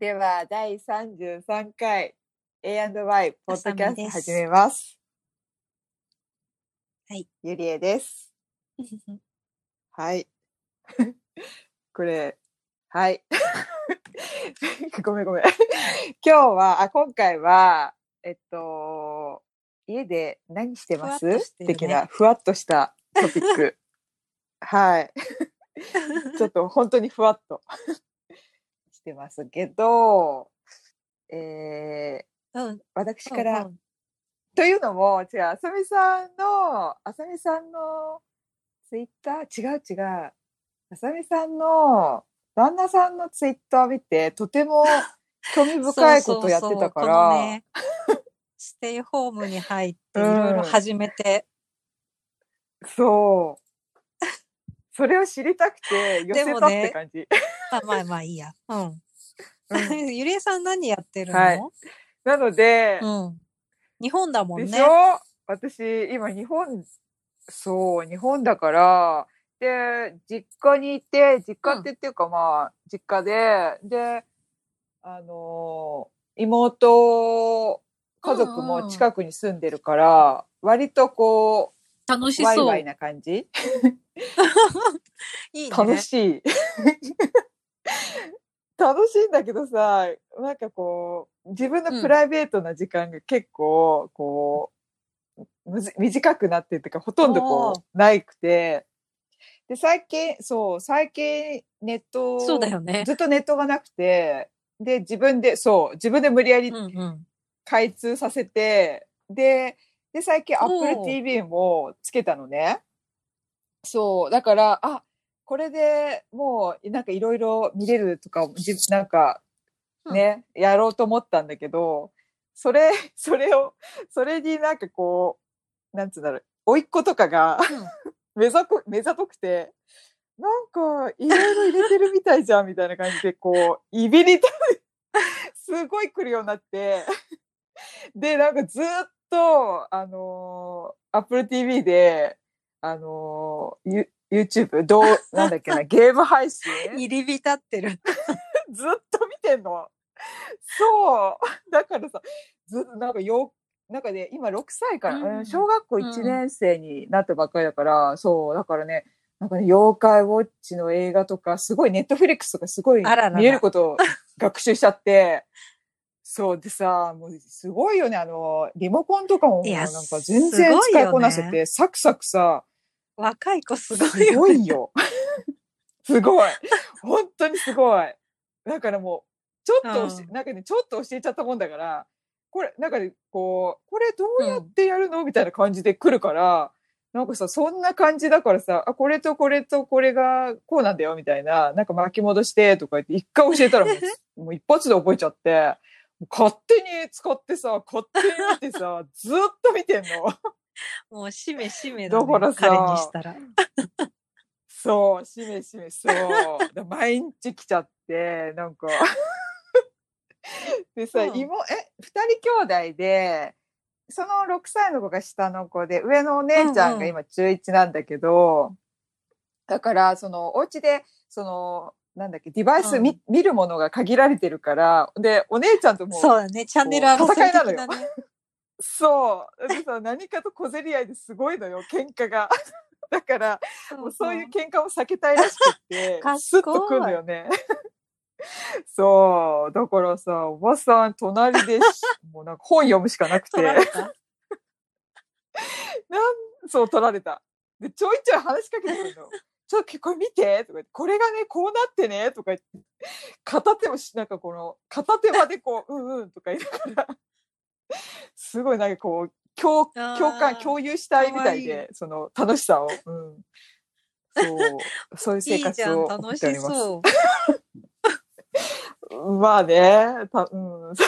では、第33回 A&Y ポッドキャスト始めます。はい。ゆりえです。 はい。 これ、はい。 ごめんごめん。今日は、あ、今回は、えっと、家で何してますふわっとしてるね的な、ふわっとしたトピッ ク。はい。ちょっと本当にふわっと してますけど、えー、うん、私から、というのも、違う、あさみさんの、あさみさんのツイッター、違う違う、あさみさんの旦那さんのツイッター見て、とて も興味深いことやってたから、そうそうそうこのねステイホームに入っていろいろ始めて、そう。それを知りたくて寄せたっでもてね感じ。まあまあまあいいや。うん。 うんゆりえさん何やってるの、はいなので、うん。日本だもんでね。しょ私、今日本、そう、日本だから、で、実家にいて、実家ってっていうか、まあ、実家で、で、あのー妹、家族うんうもん近くに住んでるから、割とこ楽しう、ワイそう。ワイな感じいいね。楽しい。 楽しいんだけどさ、なんかこう、自分のプライベートな時間が結構、こう、むず短くなってるというか、ほとんどこう、ないくて。で、最近、そう、最近、ネット、そうだよね。ずっとネットがなくて、で、自分で、そう、自分で無理やりうんうん。開通させて、で、で、最近お Apple う TV もつけたのね。そう、だから、あ、これでもう、なんかいろいろ見れるとか、じなんかうんね、やろうと思ったんだけど、それ、それを、それになんかこう、なんつうんだろう、甥いっ子とかが目ざこ、目ざとくて、なんか、いろいろ入れてるみたいじゃん、みたいな感じで、こう、いびりたい、すごい来るようになって、で、なんかずっと、あのー、Apple TV で、あのー、ユ YouTube、どう、なんだっけな、ゲーム配信入り浸ってる。 ずっと見てんの。そう。 だからさ、ずっとなんかよ、なんかね、今6歳から、うんうん小学校うん1年生になったばっかりだから、そう、だからね、なんかね、妖怪ウォッチの映画とか、すごい、ネットフリックスとかすごいあららら見えることを学習しちゃって、そうでさ、もうすごいよね、あの、リモコンとかももういやなんか全然使いこなせすごいて、サクサクさ、若い子すごいすよごね。いよ。 すごい。本当にすごい。だからもう、ちょっと教え、うなんかね、ちょっと教えちゃったもんだから、これ、なんかね、こう、これどうやってやるのみたいな感じで来るから、なんかさ、そんな感じだからさ、あ、これとこれとこれがこうなんだよ、みたいな、なんか巻き戻して、とか言って、一回教えたらも う、もう一発で覚えちゃって、もう勝手に使ってさ、勝手に見てさ、ずっと見てんの。もうしめしめだ、ね、だからさ彼にしたら。そう、しめしめ、そう。だ毎日来ちゃって、なん か。でさ、うん妹、え、二人兄弟で、その6歳の子が下の子で、上のお姉ちゃんうがんうん今中1なんだけど、だから、その、お家で、その、なんだっけ、デバイス見,、見るものが限られてるから、で、お姉ちゃんともそうだね。チャンネル争い的戦いななのね。そう。でさ、何かと小競り合いですごいのよ、喧嘩が。だから、もうそういう喧嘩を避けたいらしく って賢、スッいと来るのよね。 そう。だからさ、おばさん、隣でし、 もうなんか本読むしかなくて取、られたそう、取られた。で、ちょいちょい話しかけてくるの。ちょっとこれ見てとか言って、これがね、こうなってねとか言って、片手もし、なんかこの、片手までこ う、うんうんとか言いながら、すごいなんかこう、共あー共感、共有したいみたいかわで、その楽しさを。うん。そう、そういう生いいじゃ活ん、を送楽っておしります。そう。まあね、たうん、 ち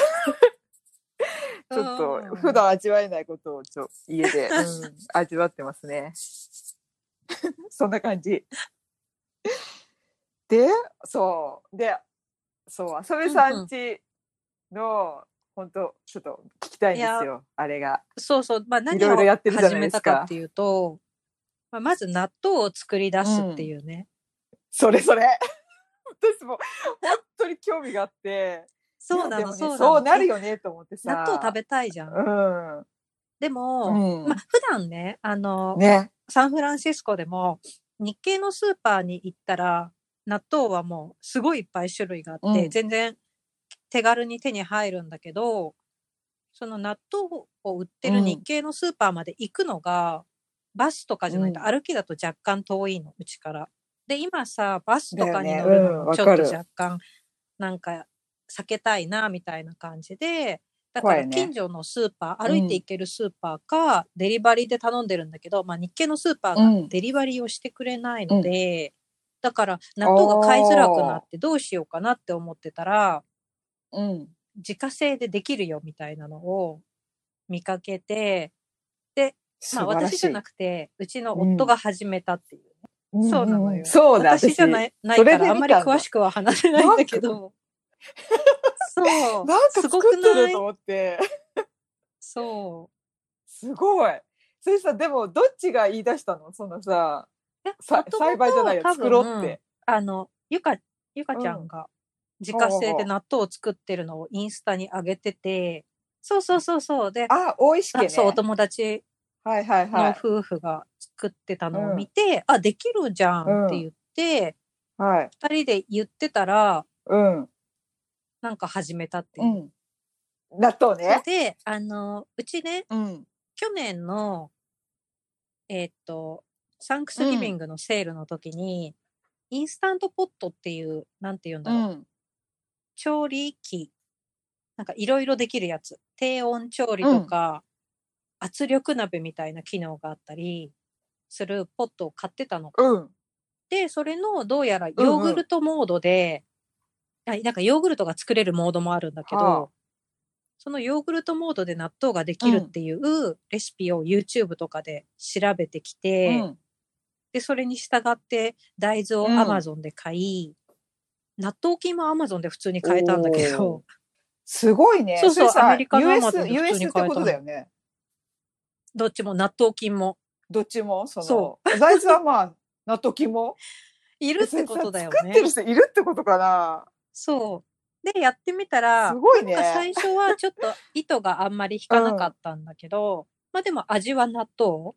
ょっうとん普段味わえないことをちょ家で、 うん、味わってますね。 そんな感じ。で、そう、で、そう、あそべさんちの、本当ちょっと聞きたいんですいよ、あれが。そうそう。まあ何いろいろやってをるじゃ始ないでめすたかかっていうと、まあ、まず納豆を作り出すっていうね。 それそれ私も本当に興味があって、そうなの、いやでもそねうなの。そうなるよ。よねと思ってさ納豆食べたいじゃん。うんでも、うんまあ、普段ね、あの、ねサンフランシスコでも、日系のスーパーに行ったら、納豆はもうすごいいっぱい種類があって、うん全然手軽に手に入るんだけど、その納豆を売ってるうん日系のスーパーまで行くのが、バスとかじゃないとうん歩きだと若干遠いの、うちから。で、今さ、バスとかにだよ乗ねるうのんもわちかょっると若干、なんか避けたいな、みたいな感じで、だか怖いらよね近所のスーパー、歩いて行けるスーパーか、デリバリーで頼んでるんだけど、まあ日系のスーパーがうんデリバリーをしてくれないので、だから納豆が買いづらくなってどうしようかなって思ってたら、うん自家製でできるよみたいなのを見かけて、まあ私じゃなくくて、うちの夫が始めたっていう。そうなのよそうだ私じゃないいないそかれで見らたあんんまりだ詳しくは話せないんだけど。そなう。んかす作ごっくてなるいと思ってそう。すごいそれさでもどっちが言い出したのそのさえさ元々栽培じゃないよ多分作ろうってあの、ゆか、ゆかちゃんが自家製で納豆を作ってるのをインスタに上げてて、そうそうそうそう。で、あ大石家あねそう、お友達はいはいはのい夫婦が作ってたのを見て、あ、できるじゃんって言って、はい二、人で言ってたら、うんなんか始めたっていうう。ん納豆それねで、あの、うちね、うん去年の、えーっと、サンクスギビングのセールの時に、インスタントポットっていう、なんて言うんだうろう、ん調理器、なんかいろいろできるやつ。低温調理とか、圧力鍋みたいな機能があったりするポットを買ってたの。うんで、それのどうやらヨうんーグルトモードで、あなんかヨーグルトが作れるモードもあるんだけど、はあそのヨーグルトモードで納豆ができるっていうレシピを YouTube とかで調べてきうて、んで、それに従って大豆をうん Amazon で買い、納豆菌も Amazon で普通に買えたんだけおーど、すごいねそうそうれさアメリカの US アマゾンで普 US 通にって買えたのことだよねどっちも納豆菌もどっちもそのそ大豆はまあ納豆菌もいるってことだよ 作ってるね。人いるってことかなそう。で、やってみたらす、ごいねなんか最初はちょっと糸があんまり引かなかったんだけど、まあでも味は納豆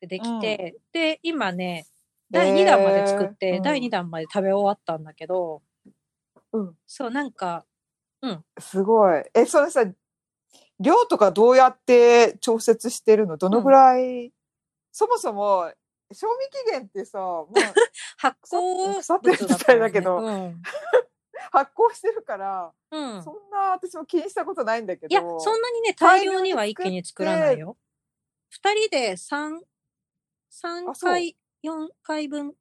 でできて、で、今ね、第2弾まで作って、えーうん第2弾まで食べ終わったんだけど、うんそう、なんか、すごいえそれさ量とかどうやって調節してるのどのぐらい、そもそも賞味期限ってさもう 発酵腐ってる物みたいだけからどね発酵してるから、うん。うんそんな私も気にしたことないんだけどいや、そんなにね、大大量量に作ってには一気に作らないよ。二人で三、三あそう回、四回分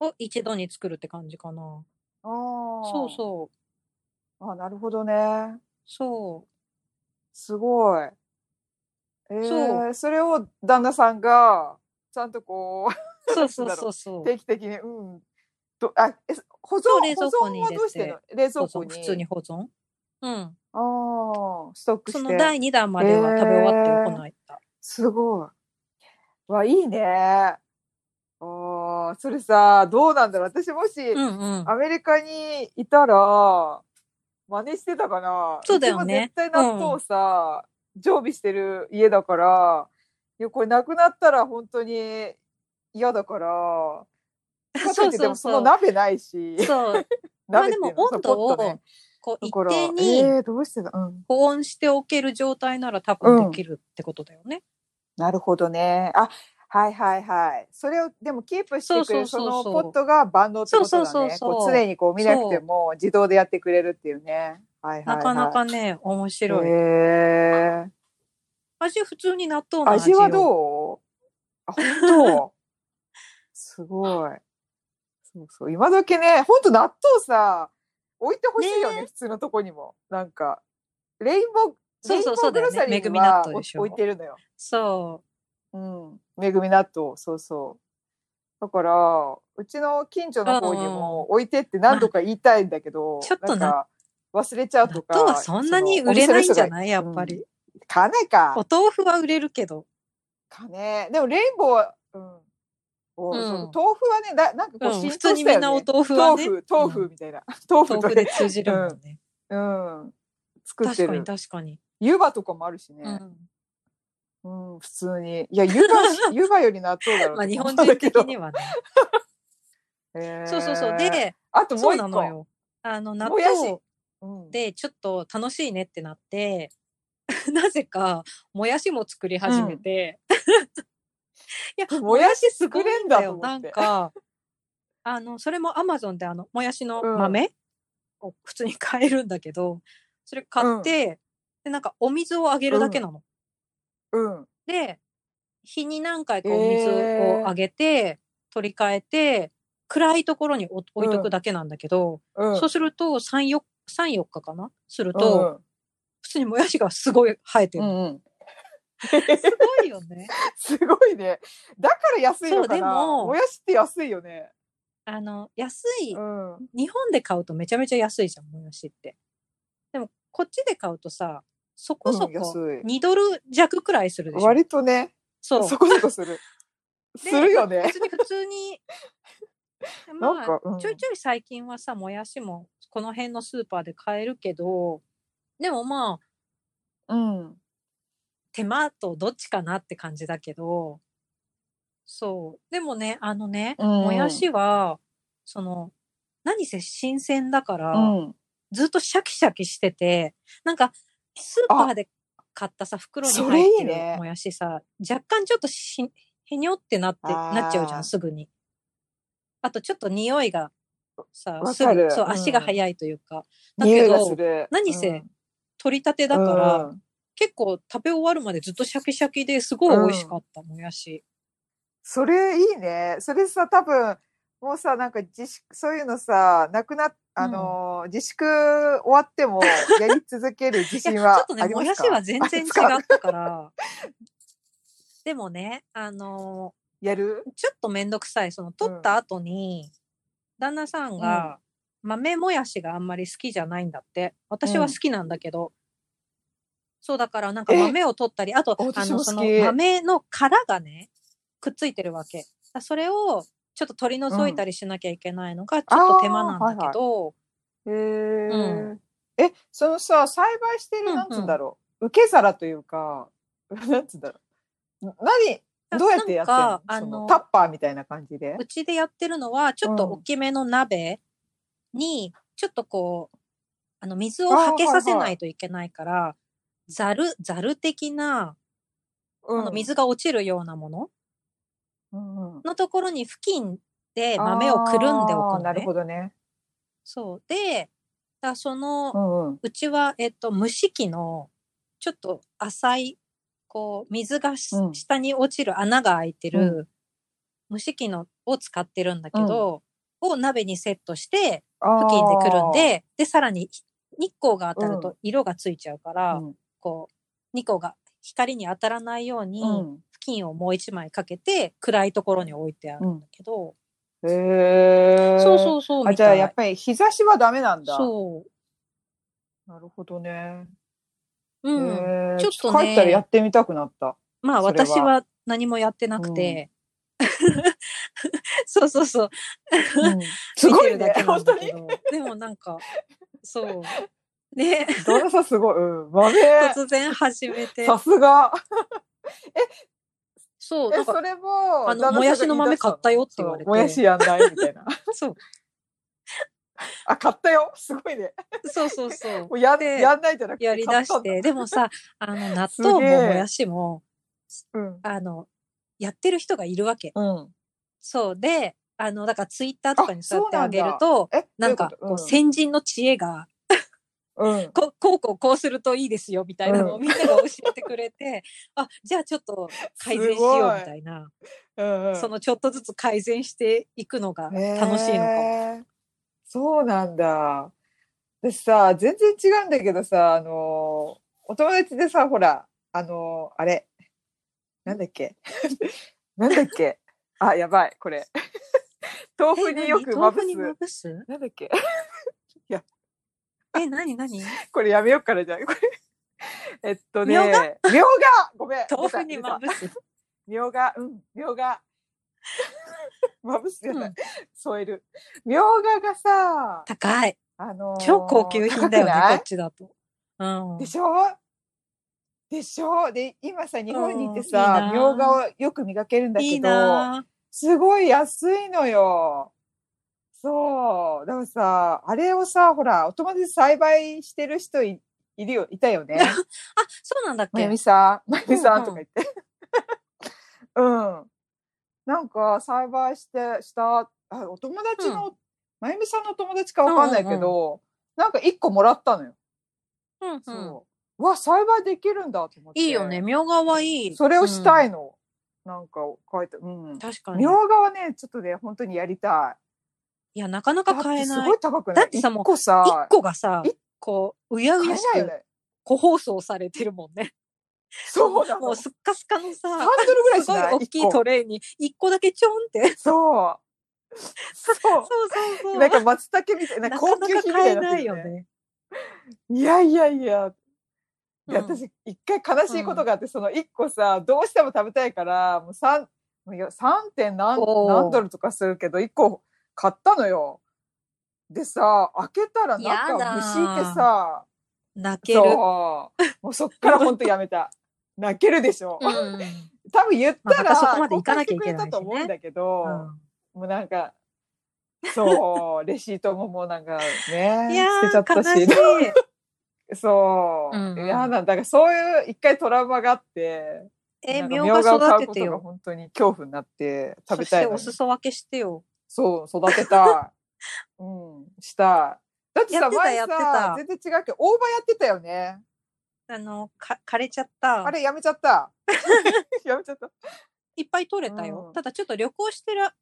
を一度に作るって感じかな。あーそうそう。あなるほどねそすごいえそー、それを旦那さんがちゃんとこうう。そうそうそうそう。定期的にうんどあえ保存そう冷蔵庫保存には入れてどうしてんの冷そ蔵うそ庫うに普通に保存。うん。ああストックしてその第二弾までは食べ終わってへーこないった。すごい。わ、いいね。ああ、それさ、どうなんだろう。私もし、うんうん。アメリカにいたら、真似してたかな。そうだよねうちも絶対納豆をさ、常備してる家だから、いや、これなくなったら本当に嫌だから、かといってでもその鍋ないし、そう。まあ鍋っでていもうの温度そうポットねを、こう だ一から、定にえー、どうしてだうん。保温しておける状態なら多分できるってことだよね。なるほどね。あ、はいはいはい。それをでもキープしてくれるそそうそうそうそうのポットが万能ってことだね。そうそうそうそうこう常にこう見なくても自動でやってくれるっていうね。はいはい、はい。なかなかね、面白い。へー味普通に納豆の味味よはどうあ、本当すごい。そうそう。今時ね、本当納豆さ、置いてほしいよねね普通のとこにも。なんか、レインボー、そうそうそうだレインボーグよねロサリーに恵み納は豆でしょ置いてるのよ。そうん、めぐみ納豆、そうそう。だから、うちの近所の方にうんうんも置いてって何度か言いたいんだけど、ちょっとななんか忘れちゃう。うと納か。豆はそんなに売れないんじゃないやっぱうりん。買わないかお。豆腐は売れるけど。かね。でもレインボーは、うん。おうんそう豆腐はね、だなんかこうう浸透ん普したよ通ね、にみんなお豆腐はね。豆腐、豆う腐んみたいな。豆腐 豆と腐ねで通じるもんね。うん、作っ確てかにる確かに。湯葉とかもあるしうね、んうん普通にいや湯 葉湯葉より納豆だろうまあ日と思う本んだ人け的どにはね。へーそうそうそう。で、あともそうう一なの個よ。あの、納もやし豆うんでちょっと楽しいねってなって、 なぜか、もやしも作り始めて。 いや、もやし作ごいれんだと思なっんてか、 あの、それもアマゾンであの、もやしの豆を普通に買えるんだけど、それ買って、で、なんかお水をあげるだけなの。うんで、日に何回かお水をあげて、取り替えて、暗いところにお置いとくだけなんだけど、うんそうすると3、4, 3 4日かなすると、うん普通にもやしがすごい生えてうる。んうん、すごいよね。 すごいねだから安いのかなそうでももやしって安いよねあの、安い、うん日本で買うとめちゃめちゃ安いじゃん、もやしって。でも、こっちで買うとさ、そこそうん安こい2ドル弱くらいするでしょ。割とねそう。そこそこするす でるよね別に普 通に、なまんあか、、うんちょいちょい最近はさ、もやしもこの辺のスーパーで買えるけど、でもまあ、うん手間とどっちかなって感じだけど、そう。でもね、あのね、うんもやしは、その、何せ新鮮だから、うんずっとシャキシャキしてて、なんか、スーパーで買ったさ、袋にそれい入っいてねるもやしさ、若干ちょっとし、へにょってなって、あーなっちゃうじゃん、すぐに。あと、ちょっと匂いが、さわ、かるすぐ、そうう、ん足が速いというか、だ匂けいがどす、る何せうん取り立てだから、うん結構食べ終わるまでずっとシャキシャキですごい美味しかった、もやし。それいいねそれさ多分もうさなんか自粛そういうのさなくなあのー、自粛終わってもやり続ける自信いや、ちはょっあとりますかね、もやしは全然違あそっうかたから、でもね、あのーやるちょっとめんどくさい。その、取った後に、旦那さんが、豆もやしがあんまり好きじゃないんだって。私は好きなんだけど。そう、だからなんかえ豆を取ったり、あと、あ私も好きの、その豆の殻がね、くっついてるわけ。だそれを、ちょっと取り除いたりしなきゃいけないのが、ちょっと手間なんだけど、へえ、うえそのさ栽培してうんうるんなんつうんだろう、受け皿というか なんつうんだろう何あどうやってやってんのなんかそのあのタッパーみたいな感じでうちでやってるのは、ちょっとうん大きめの鍋に、ちょっとこう、あの、水をはけさせないといけないから、ざる、ざる的な、うこの水が落ちるようなものうんうんのところに付近で豆をくるんでおあーくのなるねほ。どねそう。で、だその、ううんうんちは、えっと、蒸し器の、ちょっと浅い、こう、水がしうん下に落ちる穴が開いてる、蒸し器のを使ってるんだけど、を鍋にセットして、付近でくるんで、で、さらに日光が当たるうと色がついちゃうかあーら、うんこう、日光が光に当たらないように、うん布巾をもう一枚かけて、暗いところに置いてあるんうんだけど、へえそうそうそう、あみじゃあたいやっぱり日差しはダメなんだそう。なるほどね、うん。へーちょっとねと帰ったらやってみたくなったまあそれは私は何もやってなくて、 そうそうそう。うんすごい 見てるだねけな本ん当だけにどでもなんか、そう。ね、どうさすごい、うん、豆突然始めて。さすがそう、なえんかそれもあ旦の那さんがもやし言いの出豆した買ったよって言われてそうもやしやんないみたい なそう、あ買ったよすごいねそうそうそう も。うやんでやんないじゃなくてやりだし、買ってで もさ、あの、納すげえ豆ももやしも、たんだあの、やってる人がいるわけ。うん、うん、そうで、あの、だからツイッターとかにそうやってああげると、えなんか、どこう、ういう先人の知恵が、ことうん、うんこう、こう、こう、こうするといいですよ、みたいなのをみんなが教えてくれて、あ、じゃあちょっと改善しよう、みたいな。うんうんそのちょっとずつ改善していくのが楽しいのかも。へーそうなんだ私さ全然違うんだけどさあのお友達でさほらあのあれなんだっけ なんだっけあやばいこれ 豆腐によえく何ま豆ぶ腐すにまぶすなんだっけ え、なになにこれやめようからじゃんこれえっとねみょうがみょうがごめん豆腐にまぶぶす。みょうがうんみょうが まぶすじゃない、うん添えるみょうががさ高い。あのー超高級品だよね、高くこないっちだと。うん。でしょでしょで今さ日本にいてうんいさいなみょうがをよく磨けるんだけどいいなぁすごい安いのよ。そう。だからさあれをさほらお友達で栽培してる人いいるよいたよ ね。あ、そうなんだっまゆけみさんまゆみさうんんとか言って。 うん。なんか栽培してしたあお友達の、まゆみさんのお友達かわかんないけど、なんか一個もらったのよ。うんうん。そう。うわ、栽培できるんだと思って。いいよね、。みょうがはいい。それをしたい。いの。なんか書いて、うん。確かに。みいょうがはね、ちょっとね、本当にやりた。や、なかないか買だっえてすないご。い高くないだってさもう1個さ一、個がさい、こう、うやう買えやしないよくね。個包装されてるもんね。そうなの。もう3すっかすかのさ、ドルぐらいすしごいない大きいトレーに一個だけちょんって。そう。 そうそ。そうそうう。なんか松茸みたいな、な高か級な品かみたい買にえなっなてるいよよね。ね。いやいやいや。で、うん私、一回悲しいことがあって、その一個さ、どうしても食べたいから、もう三、もうよ三点何おー何ドルとかするけど、一個買ったのよ。でさ、開けたらやだ中ー虫いてさ、泣ける。そう。もうそっからほんとやめ た。泣けるでしょ。うん多分言ったまあまたら、そこまで行かなきゃいけない公開してくれしねたと思うんだけど、うんもうなんか、そう、 レシートももうなんかね、いや捨てちゃっー、た悲し し、い。そう、うんうんいやなんだからそういう一回トラウマがあって、え、なんみかょうが苗を買育うてこてとがよ。本当に恐怖になって食そべしたていのおに。裾分けしてよ。そう、育てた い。うん、したい。だってやっさ、てた前やってさた、全然違うけど、大葉やってたよね。あの、か枯れちゃった。あれ、やめちゃ った。やめちゃった。いっぱい取れたよ。うんただちょっと旅行してらっ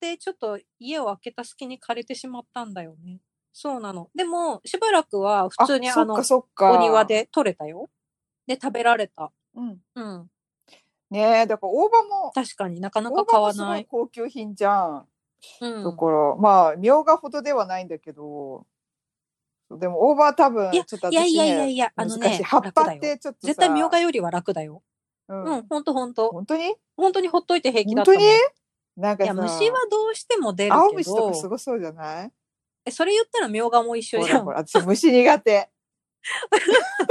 て、ちょっと家を開けた隙に枯れてしまったんだよね。そうなの。でも、しばらくは普通にあそっのか、そっか。お庭。で取れたよ。で、食べられた。うん。うん。ねえ、だから大葉も、確かになかなか大買葉わもすごないい。高級品じゃん。うん。だから、まあ、みょうがほどではないんだけど、でも、大葉は多分、いちょやっと私、ね、いやいやいやいや、あの難しねい。、葉っぱ楽っだよてちょっとさ絶対みょうがよりは楽だよ。う、うんん、ほんとほんと。本当に本当にほっといて平気だ本った当もにん。なんかいさや、虫はどうしても出る青け虫とかすど、ごそうじゃないえそれ言ったらみょうがも一緒ほじゃらんほ。ら、私、虫苦 手。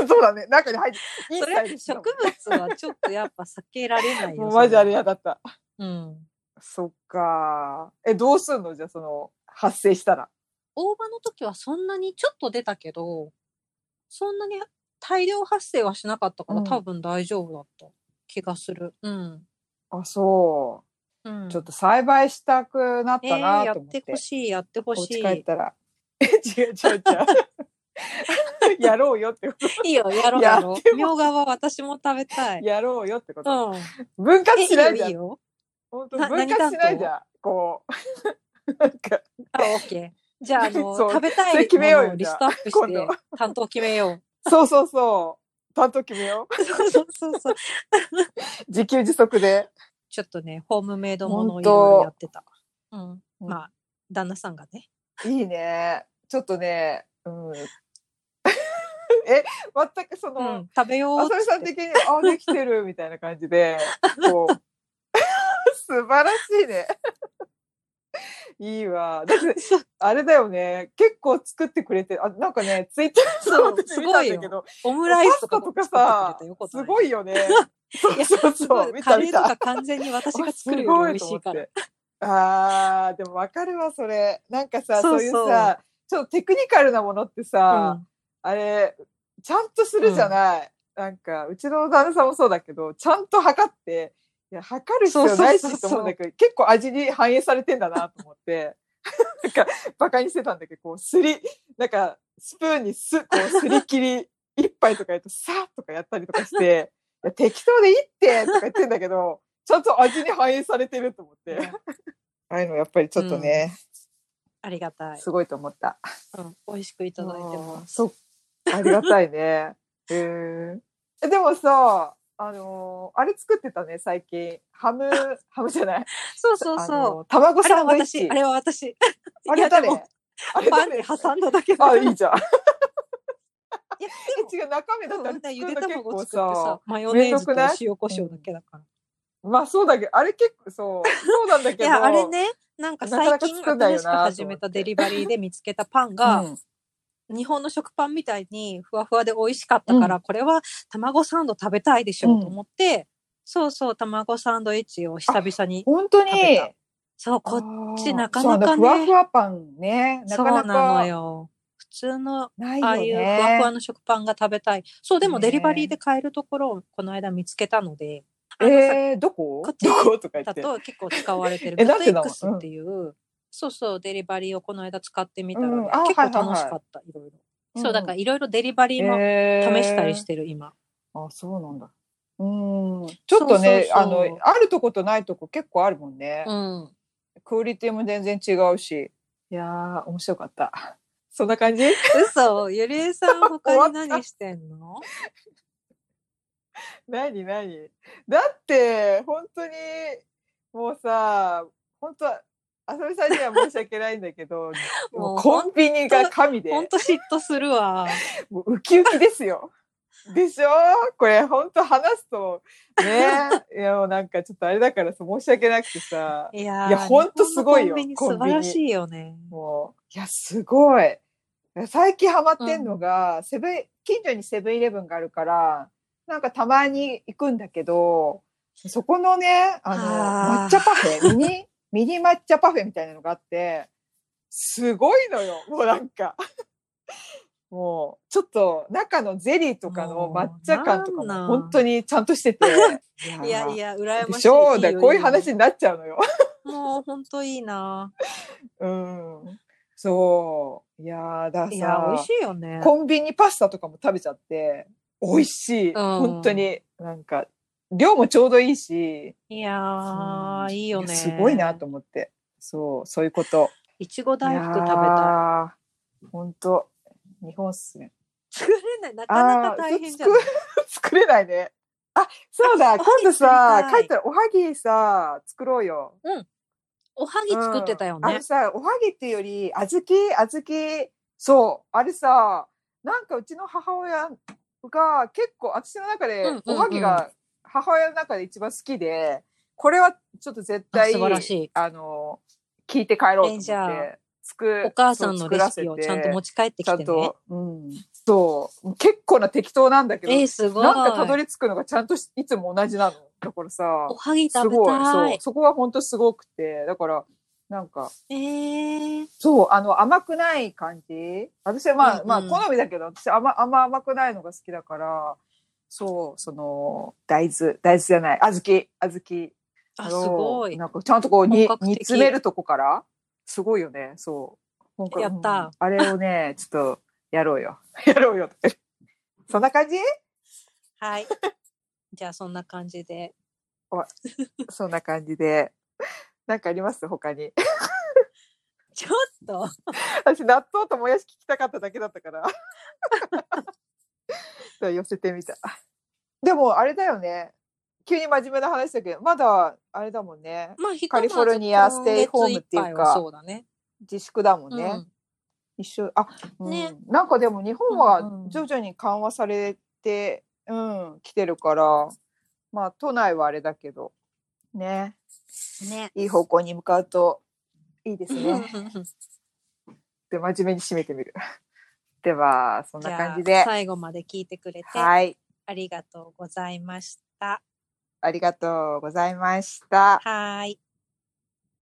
そうだね、中に入って、いいそサイれ、ズだも植ん物はちょっとやっぱ避けられないよ。もうマジあれれは嫌だった。うん。そっか。え、どうすんのじゃあ、その、発生したら。大葉の時はそんなにちょっと出たけど、そんなに大量発生はしなかったから、うん多分大丈夫だった気がする。うん。あ、そうん、う。ちょっと栽培したくなっえたーなやと思っってて。ほしい、やってほおし家い帰。ったら。え、違う違う違 う。やろうよってこと。いいよ、やろうややってほろしう。みょうがは私も食べたい。やろうよってこうと。ん。分え割いしいなよ、いじゃいいん。よ。本当な分何担割当しないじゃん。こう。 なんか、あ、オッケー。じゃあ、あ の、そう食べたそれい決もめようよのをリストアップし今度て、担当決めよう。 そうそうそう。担当決めよう。そうそうそうそう。自給自足で。ちょっとね、ホームメイドものを本い当ろいろやってた。うん。うんまあ、旦那さんがね。いいね。ちょっとね、うん。 え、全くそうの、ん、食べようっ浅つ見っさんて。的には、あ、できてるみたいな感じで、こう、 素晴らしいね。 いいわ。だって そうあれだよね。結構作ってくれて、あ、なんかね、ツイッターそう私見たんだけど、オムライパススとタかとかさ、すごい。いよ ね。いやそうすそごう、い。見カたレー見とたか。完全に私が作るより美味しいから。あすごいと思ってあーでもわかるわそれなんかさそそううそういうさちょっとテクニカルなものってさ、うんあれちゃんとするじゃない、なんかうちの旦那さんもそうだけどちゃんと測っていや測る必要ないそうそうそうしと思うんだけど結構味に反映されてんだなと思って なんかバカにしてたんだけどこうすりなんかスプーンにすこうすり切り一杯とかやるとさーっとかやったりとかしていや適当でいいってとか言ってんだけどちゃんと味に反映されてると思って。ああいうのやっぱりちょっとね、ありがたい。すごいと思った。うん美味しくいただいてます。そう。ありがたいね。へーえでもさ、あのーあれ作ってたね、最近。ハム、ハムじゃないそうそうそう。う。卵あれサはンドイッ私チ。、あれは私。あいやれで誰もあれパンに誰挟んだだけだあ、からいいじゃん。いや、え違う、中身でだも、っうたらんゆ作でるの結卵構作ってささ、、マヨネーズとめんどくない塩コショウだけだから。まあそうだけど、あれ結構そう、そうなんだいけど。や、あれね、なんかなか最なか近作んない新よしくなと思って始めたデリバリーで見つけたパンうが、ん、日本の食パンみたいにふわふわで美味しかったから、うこれは卵サンド食べたいでしょうんうと思って、そうそう、卵サンドイッチを久々に。本当に食べたそう、こっこちなかなかねふわふわパンね。なそかうななのかよ。普通のないよああいうふね。わふわの食パンが食べたい。そう、でもねデリバリーで買えるところをこの間見つけたので、あのさえー、どここっちどことか言だって。と結構使われて るえグなんッでだド X っていう、そうそう、デリバリーをこの間使ってみたらね、うんあ結は構いはいは楽いしかった、いろいろ。そう、だからいろいろデリバリーもら試したりしてる、今。あ、そうなんだ。うん、ちょっとねそうそうそうあのあるとことないとこ結構あるもんね、うん。クオリティも全然違うしいやー面白かった そんな 感じ嘘、ゆりえさん他に何してんの何何だって本当にもうさ本当はあさみさんには申し訳ないんだ けどもうコンビニが神でほんと嫉妬するわ。もうウキウキですよ。 でしょこれ本当話すと ねいやもうなんかちょっとあれだからさ申し訳なくてさいやー、いやほんとすごいよ日本のコンビニ素晴らしいよね。もういやすごい最近ハマってんのが、セブン近所にセブンイレブンがあるからなんかたまに行くんだけどそこのねあのあー抹茶パフェミ ニミニ抹茶パフェみたいなのがあってすごいのよもうなんかもうちょっと中のゼリーとかの抹茶感とかもうなんなもん本当にちゃんとしてて いやいやや、羨ましい。でしょうだよこういう話になっちゃうのよもうほんといいな。うんそう。いやーだからいや、美味さしいよね。コンビニパスタとかも食べちゃって、美味しい。ん本当に、なんか、量もちょうどいいし。いやー、うんいいよね。やすごいなと。思って。そう、そういうこと。いちご大福食べいたい。やー本当日本っすね。 作れない。なかなか大変じゃんあー。作作れないね。あ、そうだ、今度さ、作帰りたいったらおはぎさ、作ろうよ。おはぎ作ってたようんあねの。さ、おはぎっていうより、小豆、小豆、そう、あれさ、なんかうちの母親が結構、私の中でうんうんうおんはぎが母親の中で一番好きで、これはちょっと絶あ対、素晴らしい。あの、聞いて帰ろうと思っえて。じゃ作お母さんのレシピをちゃんと持ちち帰ってちゃきんてね。と、うん。そう。結構な適当なんだけど、えー、すごい。なんかたどり着くのがちゃんとしいつも同じなの。だからさ、おはぎす食べごいたそうい。そこは本当すごくてだからなんかえー、そうあの甘くない感じ私はまあ、うんうんまあ好みだけど私甘甘甘くないのが好きだからそうその大豆大豆じゃない小豆小豆あ、すのごい。なんかちゃんとこうに本格的煮詰めるとこからすごいよねそう本格やったうんあれを ねちょっとやろうよ やろうよってそんな感じ はい。じゃあ、そんな感じで。そんな感じでなんかあります他にちょっと、私納豆ともやし聞きたかっただけだったから そう寄せてみたでもあれだよね急に真面目な話だけどまだあれだもんねまあ、ひとカまずリフォルニアステイホームっていうか今月ぱはそうだね。自粛だもんね、うん一緒あ、うんねなんかでも日本うんはうん徐々に緩和されてうん来てるからまあ都内はあれだけどねね。いい方向に向かうといいですね、 じで真面目に締めてみるではそんなゃ感あじで最後まで聞いてくれてあはいりがとうございました。ありがとうございました。はーい。